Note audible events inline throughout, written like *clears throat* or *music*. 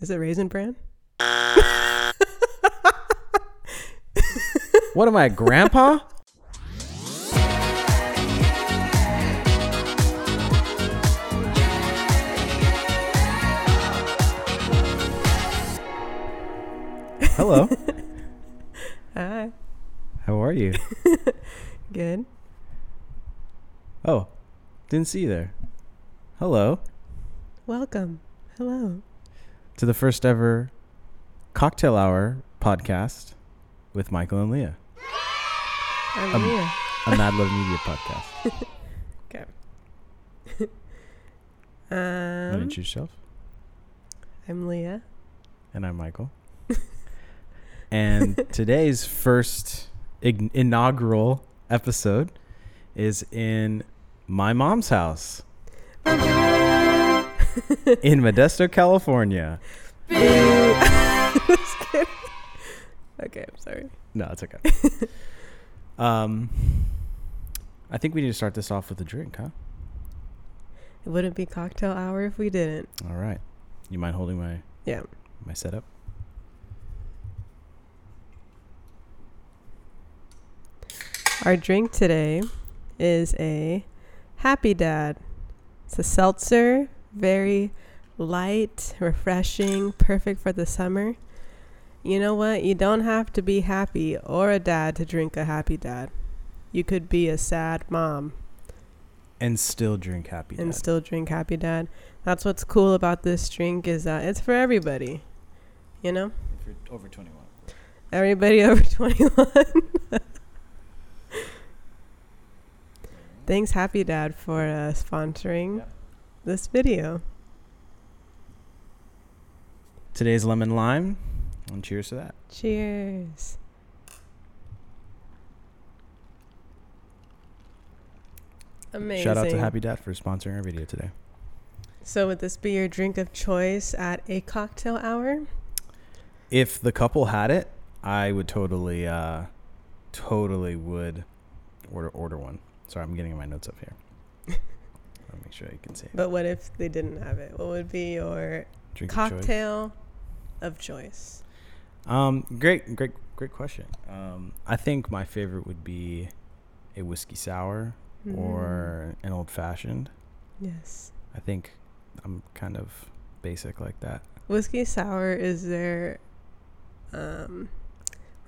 Is it Raisin Bran? What am I, grandpa? Hello. Hi. How are you? Good. Oh, didn't see you there. Hello Welcome. Hello. to the first ever cocktail hour podcast with Michael and Leah, I'm Um, Leah. a Mad Love Media podcast. Okay. Want *laughs* to um, introduce yourself? I'm Leah. *laughs* And I'm Michael. *laughs* and today's first ign inaugural episode is in my mom's *laughs* house in Modesto, California. Just kidding. okay, I'm sorry. No, it's okay. *laughs* um, I think we need to start this off with a drink, huh? It wouldn't be cocktail hour if we didn't. All right. You mind holding my Yeah. my setup? Our drink today is a Happy Dad. It's a seltzer, very light, refreshing, perfect for the summer. You know what? You don't have to be happy or a dad to drink a Happy Dad. You could be a sad mom And still drink happy. and Dad. still drink Happy Dad. That's what's cool about this drink is that it's for everybody. You know? if you're over 21. Everybody over *laughs* 21. Thanks, Happy Dad, for uh, sponsoring Yeah. this video. Today's lemon lime. And cheers to that. Cheers. Amazing. Shout out to Happy Dad for sponsoring our video today. So, would this be your drink of choice at a cocktail hour? if the couple had it, I would totally, uh, totally would order order one. Sorry, I'm getting my notes up here. I'll make sure you can see. It. But what if they didn't have it? What would be your Drink of choice. cocktail of choice? Um, great, great, great question. Um, I think my favorite would be a whiskey sour Mm-hmm. or an old fashioned. Mm, yes. I think I'm kind of basic like that. *laughs* Whiskey sour is there. Um,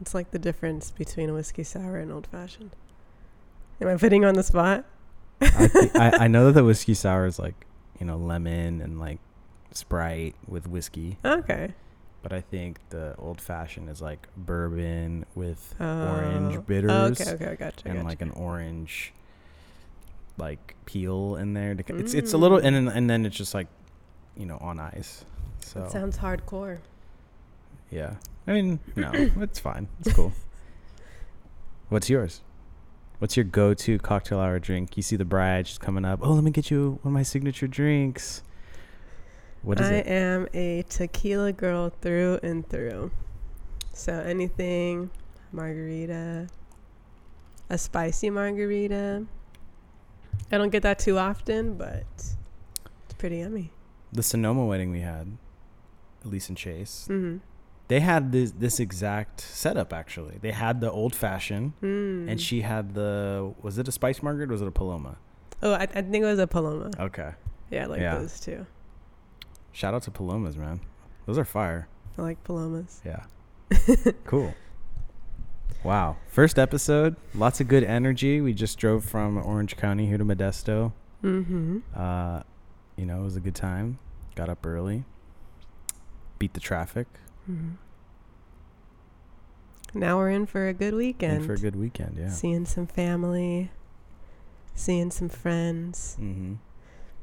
it's like the difference between a whiskey sour and old fashioned. Am I putting you on the spot? I, thi- I, I know that the whiskey sour is like you know lemon and like Sprite with whiskey. Okay. but I think the old fashioned is like bourbon with Oh. orange bitters Oh, okay. Okay. I gotcha. and gotcha. like an orange like peel in there. To, ca- It's it's a Mm. little and then- and then it's just like you know on ice. So That sounds hardcore. yeah, I mean *coughs* no, it's fine. It's cool. What's yours? What's your go-to cocktail hour drink? You see the bride, she's coming up. Oh, let me get you one of my signature drinks. What is I it? am a tequila girl through and through. So anything, margarita, a spicy margarita. I don't get that too often, but it's pretty yummy. The Sonoma wedding we had, Elise and Chase. hmm they had this this exact setup actually. They had the old fashioned, Mm. and she had the was it a spice margarita? Or was it a Paloma? Oh, I, I think it was a Paloma. Okay. Yeah, I like Oh, Yeah. those too. Shout out to Palomas, man. Those are fire. I like Palomas. Yeah. cool. Wow. First episode. Lots of good energy. We just drove from Orange County here to Modesto. Mm-hmm. Uh, you know, it was a good time. Got up early. Beat the traffic. mm-hmm. Now we're in for a good weekend. And for a good weekend, yeah. Seeing some family, seeing some friends, Mm-hmm.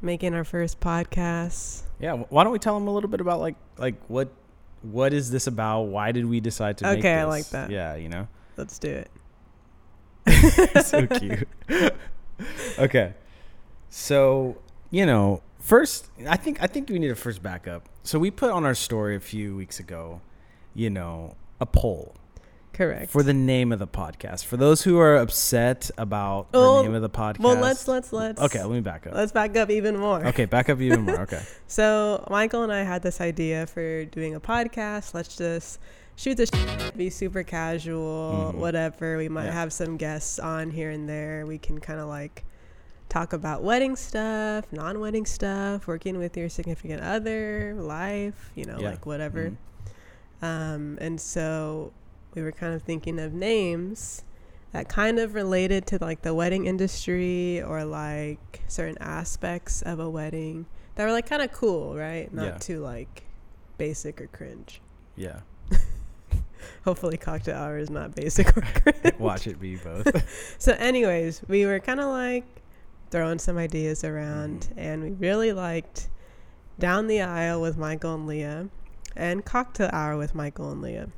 making our first podcast. Yeah, wh- why don't we tell them a little bit about like like what what is this about? Why did we decide to? make Okay, I like this? that. Yeah, you know, *laughs* Let's do it. so cute. *laughs* okay, so you know, first I think I think we need to first back up. So we put on our story a few weeks ago, you know, a poll, Correct. for the name of the podcast. For those who are upset about Oh, the name of the podcast. well, let's let's let's Okay, let me back up. let's back up even more. Okay, back up *laughs* even more. Okay. So Michael and I had this idea for doing a podcast. Let's just shoot the shit, be super casual, Mhm. whatever. We might Yeah. have some guests on here and there. We can kind of like talk about wedding stuff, non-wedding stuff, working with your significant other, life, you know, Yeah. like whatever. Mhm. Um, and so we were kind of thinking of names that kind of related to like the wedding industry or like certain aspects of a wedding that were like kind of cool, right? Not Yeah. too like basic or cringe. Yeah. Hopefully, cocktail hour is not basic or *laughs* cringe. Watch it be both. So, anyways, we were kind of like throwing some ideas around, Mm-hmm. and we really liked Down the Aisle with Michael and Leah, and Cocktail Hour with Michael and Leah.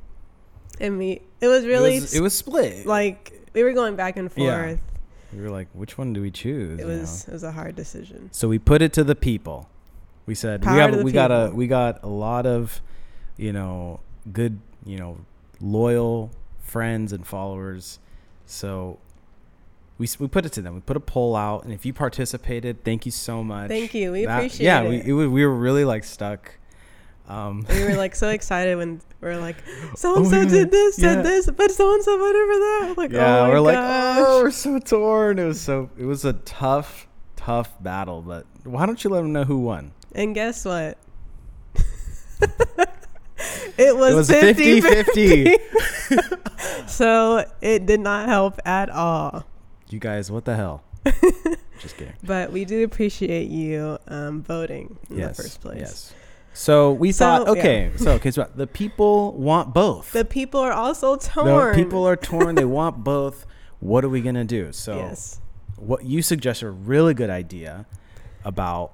And we, it was really It was, it was split. like we were going back and Yeah. forth. we were like, which one do we choose? It you know? was it was a hard decision. So we put it to the people. We said Power we to have, the we got a people. we got a lot of, you know, good you know, loyal friends and followers. So we s- we put it to them. We put a poll out, and if you participated, thank you so much. Thank you. We appreciate yeah, it. we it was, we were really like stuck. Um, We were like so excited when we are like, *gasps* so my and so did God. this, Oh, Yeah. said this, but so and so went over that. Like, yeah, oh my we're like, gosh. oh, we're so torn. It was so it was a tough tough battle. But why don't you let them know who won? And guess what? *laughs* it was, It was 50, 50-50. So it did not help at all. You guys, what *laughs* the hell? Just kidding. But we do appreciate you um, voting in the first place. Yes. So we So, thought, yeah. okay, so okay, so the people want both. The people are also The torn. people are torn. they want both. What are we gonna do? So Yes. what you suggest a really good idea about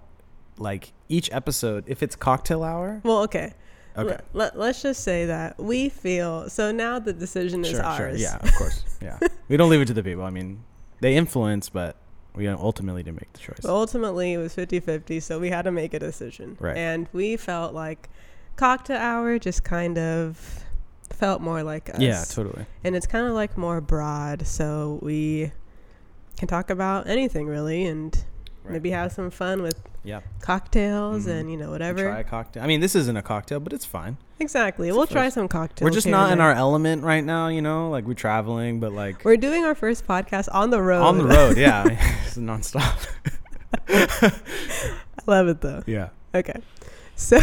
like each episode if it's cocktail hour. Well, okay. Okay. Let, us just say that we feel so now the decision is sure, ours. sure. Yeah, of course. Yeah. we don't leave it to the people. I mean, they influence, but we ultimately didn't make the choice. But ultimately, it was 50 50, so we had to make a decision. Right. And we felt like cocktail hour just kind of felt more like us. yeah, totally. And it's kind of like more broad, so we can talk about anything really and Right. maybe have some fun with Yeah. cocktails Mhm. and, you know, You whatever. Try a cocktail. I mean, this isn't a cocktail, but it's fine. Exactly. It's a we'll try first. some cocktails. We're just here and not in there. our element right now, you know. Like we're traveling, but like We're doing our first podcast on the road. on the road. Yeah, *laughs* it's nonstop. *laughs* I love it though. Yeah, Okay. So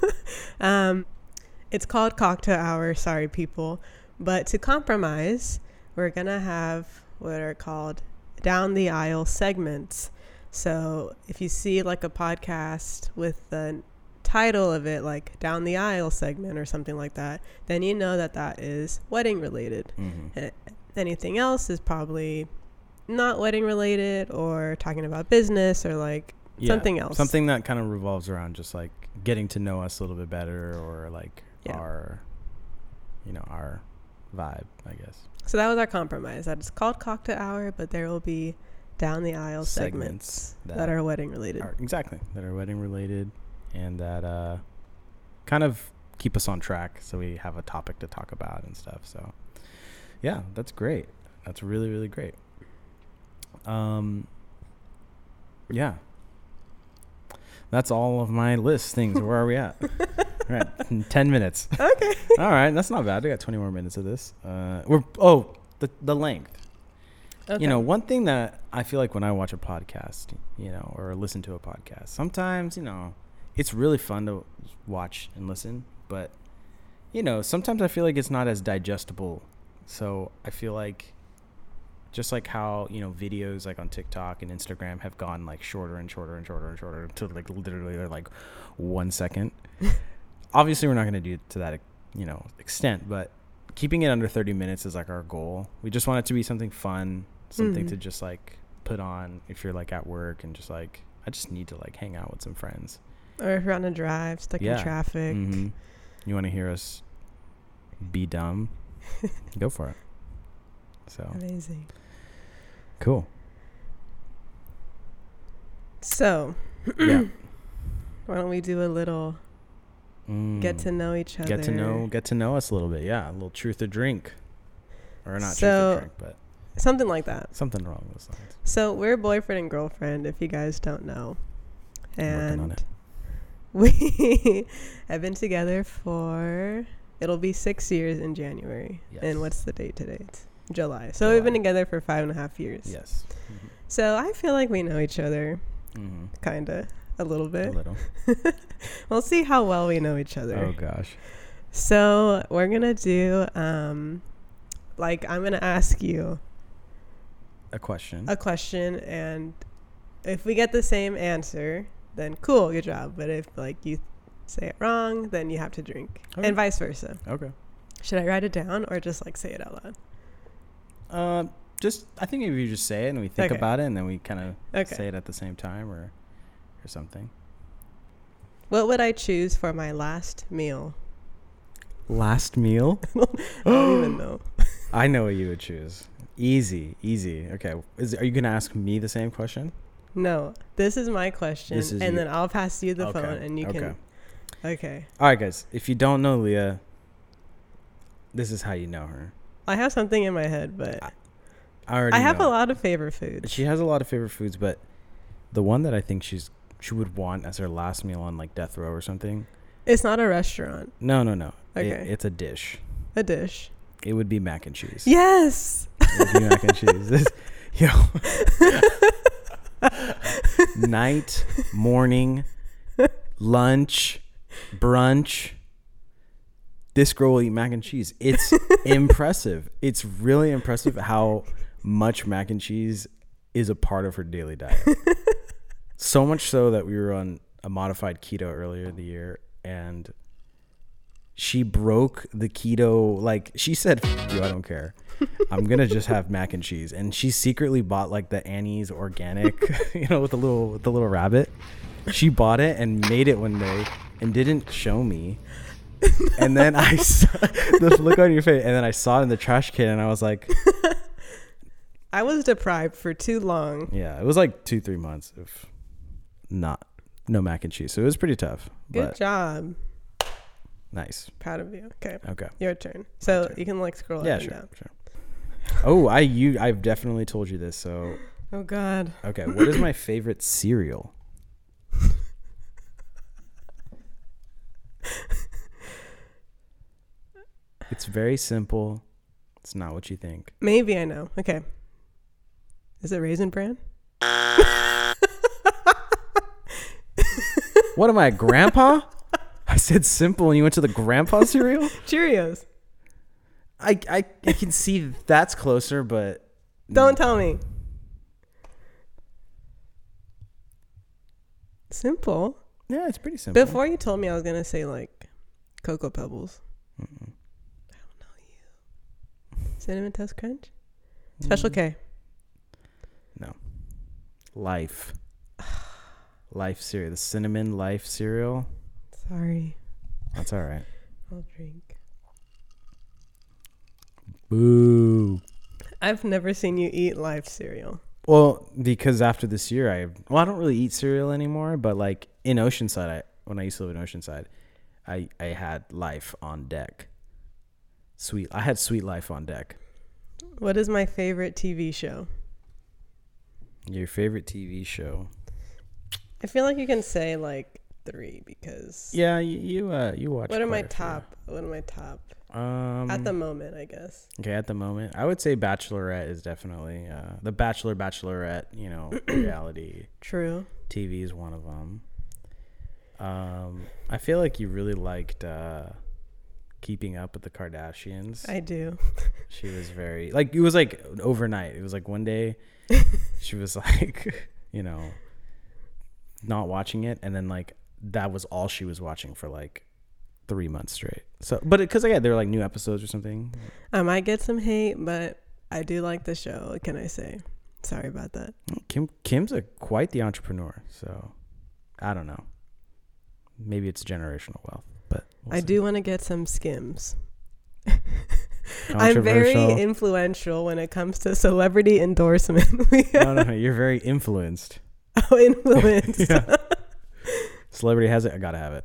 *laughs* um it's called cocktail hour, sorry people. But to compromise, we're gonna have what are called down the aisle segments. So if you see like a podcast with the title of it like down the aisle segment or something like that, then you know that that is wedding related. hmm A- Anything else is probably not wedding related or talking about business or like yeah. something else. Something that kind of revolves around just like getting to know us a little bit better, or like Yeah. our, you know, our vibe. I guess So that was our compromise. That it's called cocktail hour, but there will be down the aisle segments, Segments that that, are wedding related. Our- exactly that are wedding related, and that uh, kind of keep us on track, so we have a topic to talk about and stuff. So, yeah, that's great. That's really really great. Um, yeah. That's all of my list things. Where are we at? all right, in ten minutes. Okay. all right, that's not bad. We got twenty more minutes of this. Uh, we're oh the the length. You know, one thing that I feel like when I watch a podcast, you know, or listen to a podcast, sometimes, you know, it's really fun to watch and listen, but you know, sometimes I feel like it's not as digestible. So, I feel like just like how, you know, videos like on TikTok and Instagram have gone like shorter and shorter and shorter and shorter to like literally they're like 1 second. Obviously, we're not going to do it to that, you know, extent, but keeping it under 30 minutes is like our goal. We just want it to be something fun, something Mhm. to just like put on if you're like at work and just like I just need to like hang out with some friends. or if you're on a drive, stuck Yeah. in traffic. Mhm. You want to hear us be dumb? Go for it. So, Amazing. cool. So Yeah. why don't we do a little get to Mm. know each other? get to know get to know us a little bit. Yeah, a little truth or drink. or not So- truth or drink, but Something like that. something wrong with those lines. So we're boyfriend and girlfriend, if you guys don't know. I'm working on And it. *laughs* we have been together for it'll be six years in January. Yes. And what's the date today? It's July. So we've been July. together for five and a half years. Yes, So I feel like we know each other mm-hmm. kinda a little a bit. little. We'll see how well we know each other. Oh gosh. So we're gonna do um like I'm gonna ask you A question. a question and if we get the same answer, then cool, good job. But if like you say it wrong, then you have to drink. Okay. And vice versa. okay. Should I write it down or just like say it out loud? Um, just I think if you just say it and we think Okay. about it and then we kind of Okay. say it at the same time or or something. What would I choose for my last meal? *laughs* Last meal. I don't *gasps* even know. *laughs* I know what you would choose. Easy, easy. Okay. Is are you gonna ask me the same question? No. This is my question This is and you- then I'll pass you the Okay, phone and you okay. can Okay. All right, guys. If you don't know Leah, this is how you know her. I have something in my head, but I I already. I have know. a lot of favorite foods. She has a lot of favorite foods, but the one that I think she's she would want as her last meal on like death row or something. It's not a restaurant. No, no, no. It- Okay. it's a dish. A dish. It would be mac and cheese. Yes. It would be mac and cheese. This, *laughs* yo. Night, morning, lunch, brunch. This girl will eat mac and cheese. It's impressive. It's really impressive how much mac and cheese is a part of her daily diet. so much so that we were on a modified keto earlier in the year and she broke the keto like she said "F- you i don't care i'm gonna just have mac and cheese and she secretly bought like the annie's organic *laughs* you know with the little with the little rabbit she bought it and made it one day and didn't show me and then i *laughs* saw this look on your face and then i saw it in the trash can and i was like I was deprived for too long. yeah it was like two three months of not no mac and cheese so it was pretty tough Good but job. nice Proud of you. Okay. okay Your turn. So turn. you can like scroll yeah up and sure down. sure oh i you i've definitely told you this so Oh God. Okay, what is my favorite cereal? it's very simple. It's not what you think. Maybe I know. Okay. Is it Raisin Bran? What am I, a grandpa? I said simple and you went to the grandpa cereal? Cheerios. I, I, I can see that's closer, but Don't tell me. Simple. yeah, it's pretty simple. Before you told me, I was gonna say like Cocoa Pebbles. Mm-mm. I don't know you. *laughs* Cinnamon Toast Crunch. Special K. Life. Life cereal. The cinnamon life cereal. Sorry. That's all right. I'll drink. Boo. I've never seen you eat live cereal. Well, because after this year, I well, I don't really eat cereal anymore. But like in Oceanside, I when I used to live in Oceanside, I I had Life on deck. Sweet, I had Sweet Life on deck. What is my favorite TV show? Your favorite TV show? I feel like you can say like three because Yeah, you you, uh, you watch. what are my quite a few. top? What are my top Um, at the moment? I guess. okay, at the moment, I would say Bachelorette is definitely uh, the Bachelor, Bachelorette. You know, *clears throat* reality True. TV is one of them. Um, I feel like you really liked uh, Keeping Up with the Kardashians. I do. She was very like it was like overnight. It was like *laughs* one day she was like, you know, not watching it and then like that was all she was watching for like 3 months straight. So but it, cuz I got there were like new episodes or something. I might get some hate, but I do like the show. What can I say? Sorry about that. Kim Kim's a quite the entrepreneur. So I don't know. Maybe it's generational wealth, but we'll I see. do want to get some skims. I'm very Controversial. influential when it comes to celebrity endorsement. *laughs* we no, no, no. You're very influenced. are *laughs* influenced. Yeah. Celebrity has it. I gotta have it.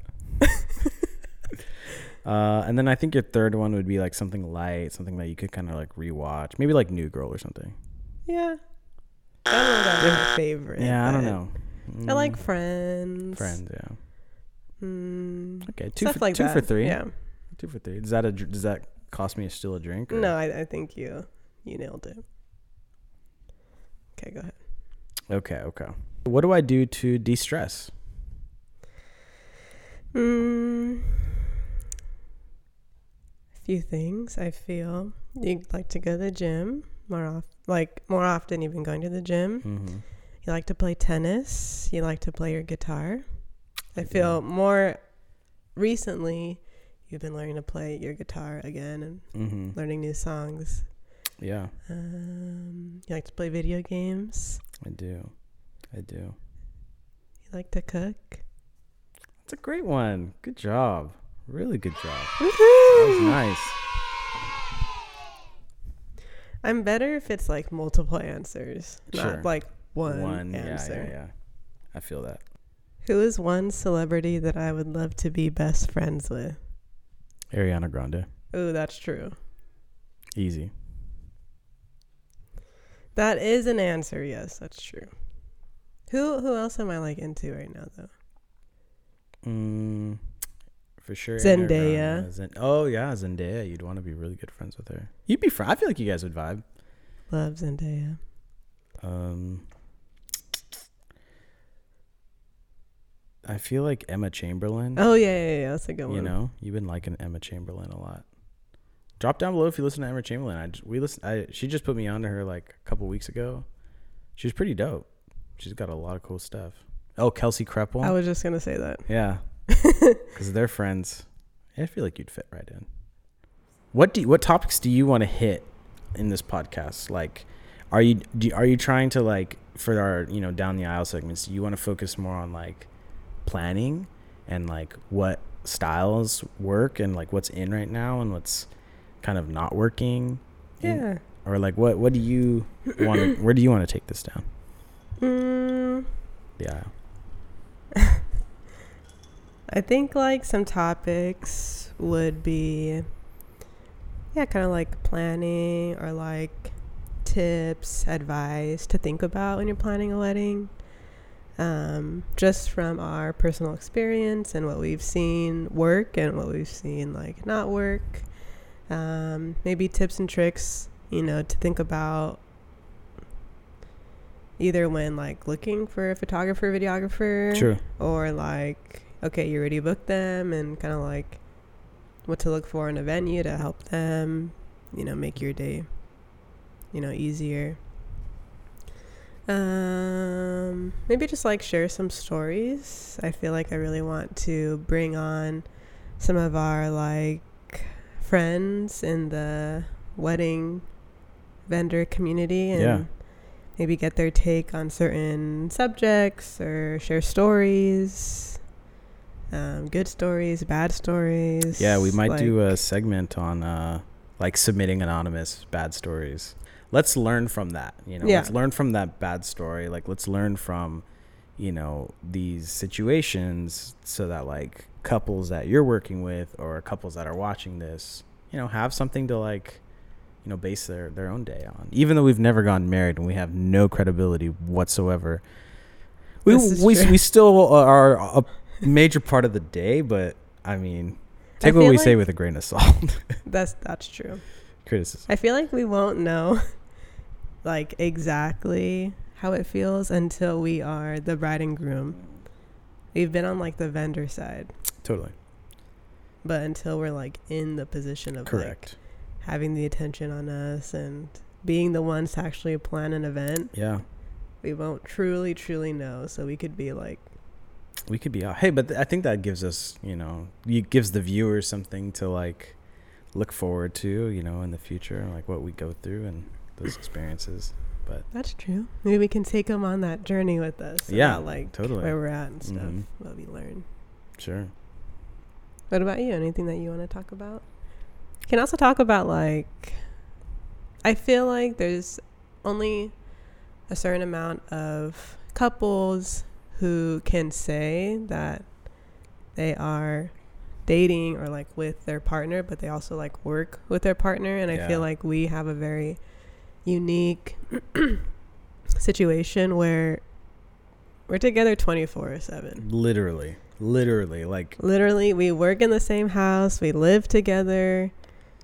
Uh, and then I think your third one would be like something light, something that you could kind of like rewatch, maybe like New Girl or something. *laughs* Yeah. I don't know if that's my favorite. yeah, I don't but know. I like Mm, Friends. Friends. Yeah. Mm, Okay. Two stuff for like two that. for three. Yeah. Two for three. Does that a, dr- does that cost me still a drink? or- No, I, I think you you nailed it. Okay, go ahead. Okay. Okay. What do I do to de-stress? Mm, a few things I feel you like to go to the gym more off, like more often. You've been going to the gym. Mm-hmm. You like to play tennis. You like to play your guitar. I I do. feel more recently. You've been learning to play your guitar again and Mm-hmm. learning new songs. Yeah, Um, you like to play video games. I do. I do. You like to cook. That's a great one. Good job. Really good job. That was Woohoo! nice. I'm better if it's like multiple answers, Sure. not like one, yeah, answer. yeah, yeah. I feel that. Who is one celebrity that I would love to be best friends with? Ariana Grande. Oh, that's true. Easy. That is an answer. Yes, that's true. Who who else am I like into right now though? Mm, for sure. Ariana Zendaya. Grande. Zen- oh yeah, Zendaya. You'd want to be really good friends with her. You'd be fr- I feel like you guys would vibe. Love Zendaya. Um I feel like Emma Chamberlain. Oh yeah, yeah, yeah. That's a good one. You know, you've been liking Emma Chamberlain a lot. Drop down below if you listen to Emma Chamberlain. I just, we listen. I she just put me on to her like a couple weeks ago. She's pretty dope. She's got a lot of cool stuff. Oh, Kelsey Kreppel. I was just gonna say that. yeah, because they're friends. I feel like you'd fit right in. What do you, what topics do you want to hit in this podcast? Like, are you do you- are you trying to like for our you know down the aisle segments? Do you want to focus more on like planning and like what styles work and like what's in right now and what's kind of not working? And- Yeah. or like what what do you want? to Where do you want to take this down Mm, the aisle? I think like some topics would be yeah, kind of like planning or like tips, advice to think about when you're planning a wedding. Um, just from our personal experience and what we've seen work and what we've seen like not work. Um, maybe tips and tricks, you know, to think about either when like looking for a photographer, videographer True. or like okay you already booked them and kind of like what to look for in a venue to help them you know make your day you know easier um maybe just like share some stories i feel like i really want to bring on some of our like friends in the wedding vendor community and Yeah. maybe get their take on certain subjects or share stories um, good stories bad stories Yeah, we might do like- a segment on uh, like submitting anonymous bad stories. Let's learn from that. You know, Yeah. let's learn from that bad story. Like, let's learn from, you know, these situations so that like couples that you're working with or couples that are watching this, you know, have something to like, you know, base their their own day on. Even though we've never gotten married and we have no credibility whatsoever, we This is we, true. we still are a major part of the day, but I mean, take what feel we say like- with a grain of salt. *laughs* that's that's true Criticism. I feel like we won't know *laughs* like exactly how it feels until we are the bride and groom. We've been on like the vendor side, Totally. but until we're like in the position of Correct. like having the attention on us and being the ones to actually plan an event, Yeah. we won't truly truly know. So we could be like, We could be out. Hey, but th- I think that gives us, you know, it gives the viewers something to like look forward to, you know, in the future, like what we go through and those experiences. that's true. Maybe we can take them on that journey with us. Yeah, about, like totally. where we're at and stuff, Mhm. what we learn. Sure. What about you? Anything that you want to talk about? You can also talk about like I feel like there's only a certain amount of couples who can say that they are dating or like with their partner, but they also like work with their partner. And I Yeah. feel like we have a very unique *clears throat* situation where we're together 24 7. Literally, literally, like Literally, we work in the same house, we live together,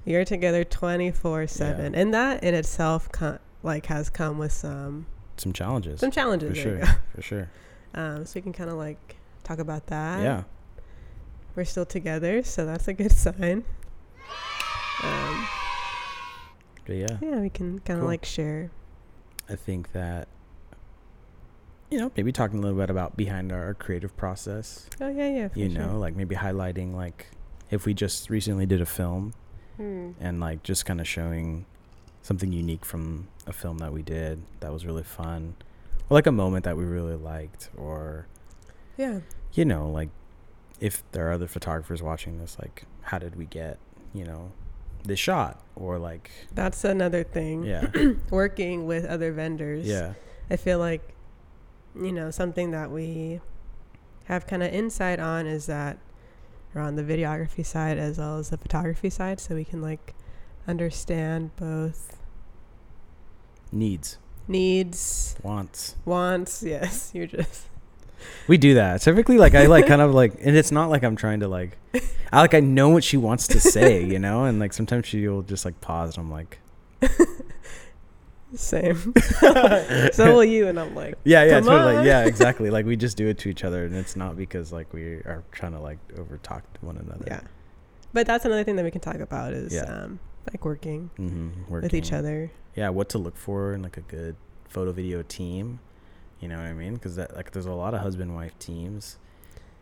you're together 24 7. And that in itself, co- like, has come with some some challenges some challenges. for there you sure, *laughs* for sure. go. Um, so we can kind of like talk about that. Yeah, we're still together, so that's a good *laughs* sign. Um, but yeah, yeah, we can kind of Cool. like share. I think that you know maybe talking a little bit about behind our, our creative process. Oh yeah, yeah. for You sure. know, like maybe highlighting like if we just recently did a film Hmm. and like just kind of showing something unique from a film that we did that was really fun, or like a moment that we really liked, or Yeah, you know, like if there are other photographers watching this, like how did we get, you know, this shot or like that's another thing. yeah, Working with other vendors. yeah, I feel like, you know, something that we have kind of insight on is that we're on the videography side as well as the photography side, so we can like understand both needs, needs, wants. wants. *laughs* Yes, you're just We do that. Typically like I *laughs* like kind of like and it's not like I'm trying to like I like I know what she wants *laughs* to say, you know, and like sometimes she'll just like pause and I'm like same. *laughs* so will you, and I'm like. *laughs* Yeah, yeah, Come totally. on. Like, yeah, exactly. Like *laughs* we just do it to each other and it's not because like we are trying to like over talk to one another. Yeah. But that's another thing that we can talk about is Yeah. um, like working, Mm-hmm. with each other. yeah, what to look for in like a good photo video team. You know what I mean? Because that like there's a lot of husband wife teams,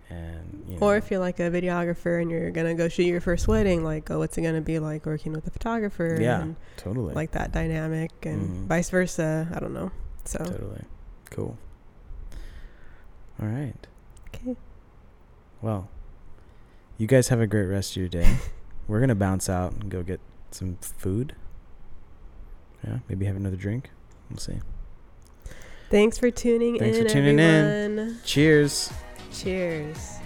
and you know, Or if you're like a videographer and you're going to go shoot your first wedding, like, oh, what's it going to be like working with a photographer? Yeah, And totally, like that dynamic and Mhm. vice versa. I don't know. So, totally, cool. All right, okay. well, you guys have a great rest of your day. We're gonna bounce out and go get some food. Yeah, maybe have another drink. We'll see. Thanks for tuning Thanks in. for tuning in. everyone. Cheers. Cheers.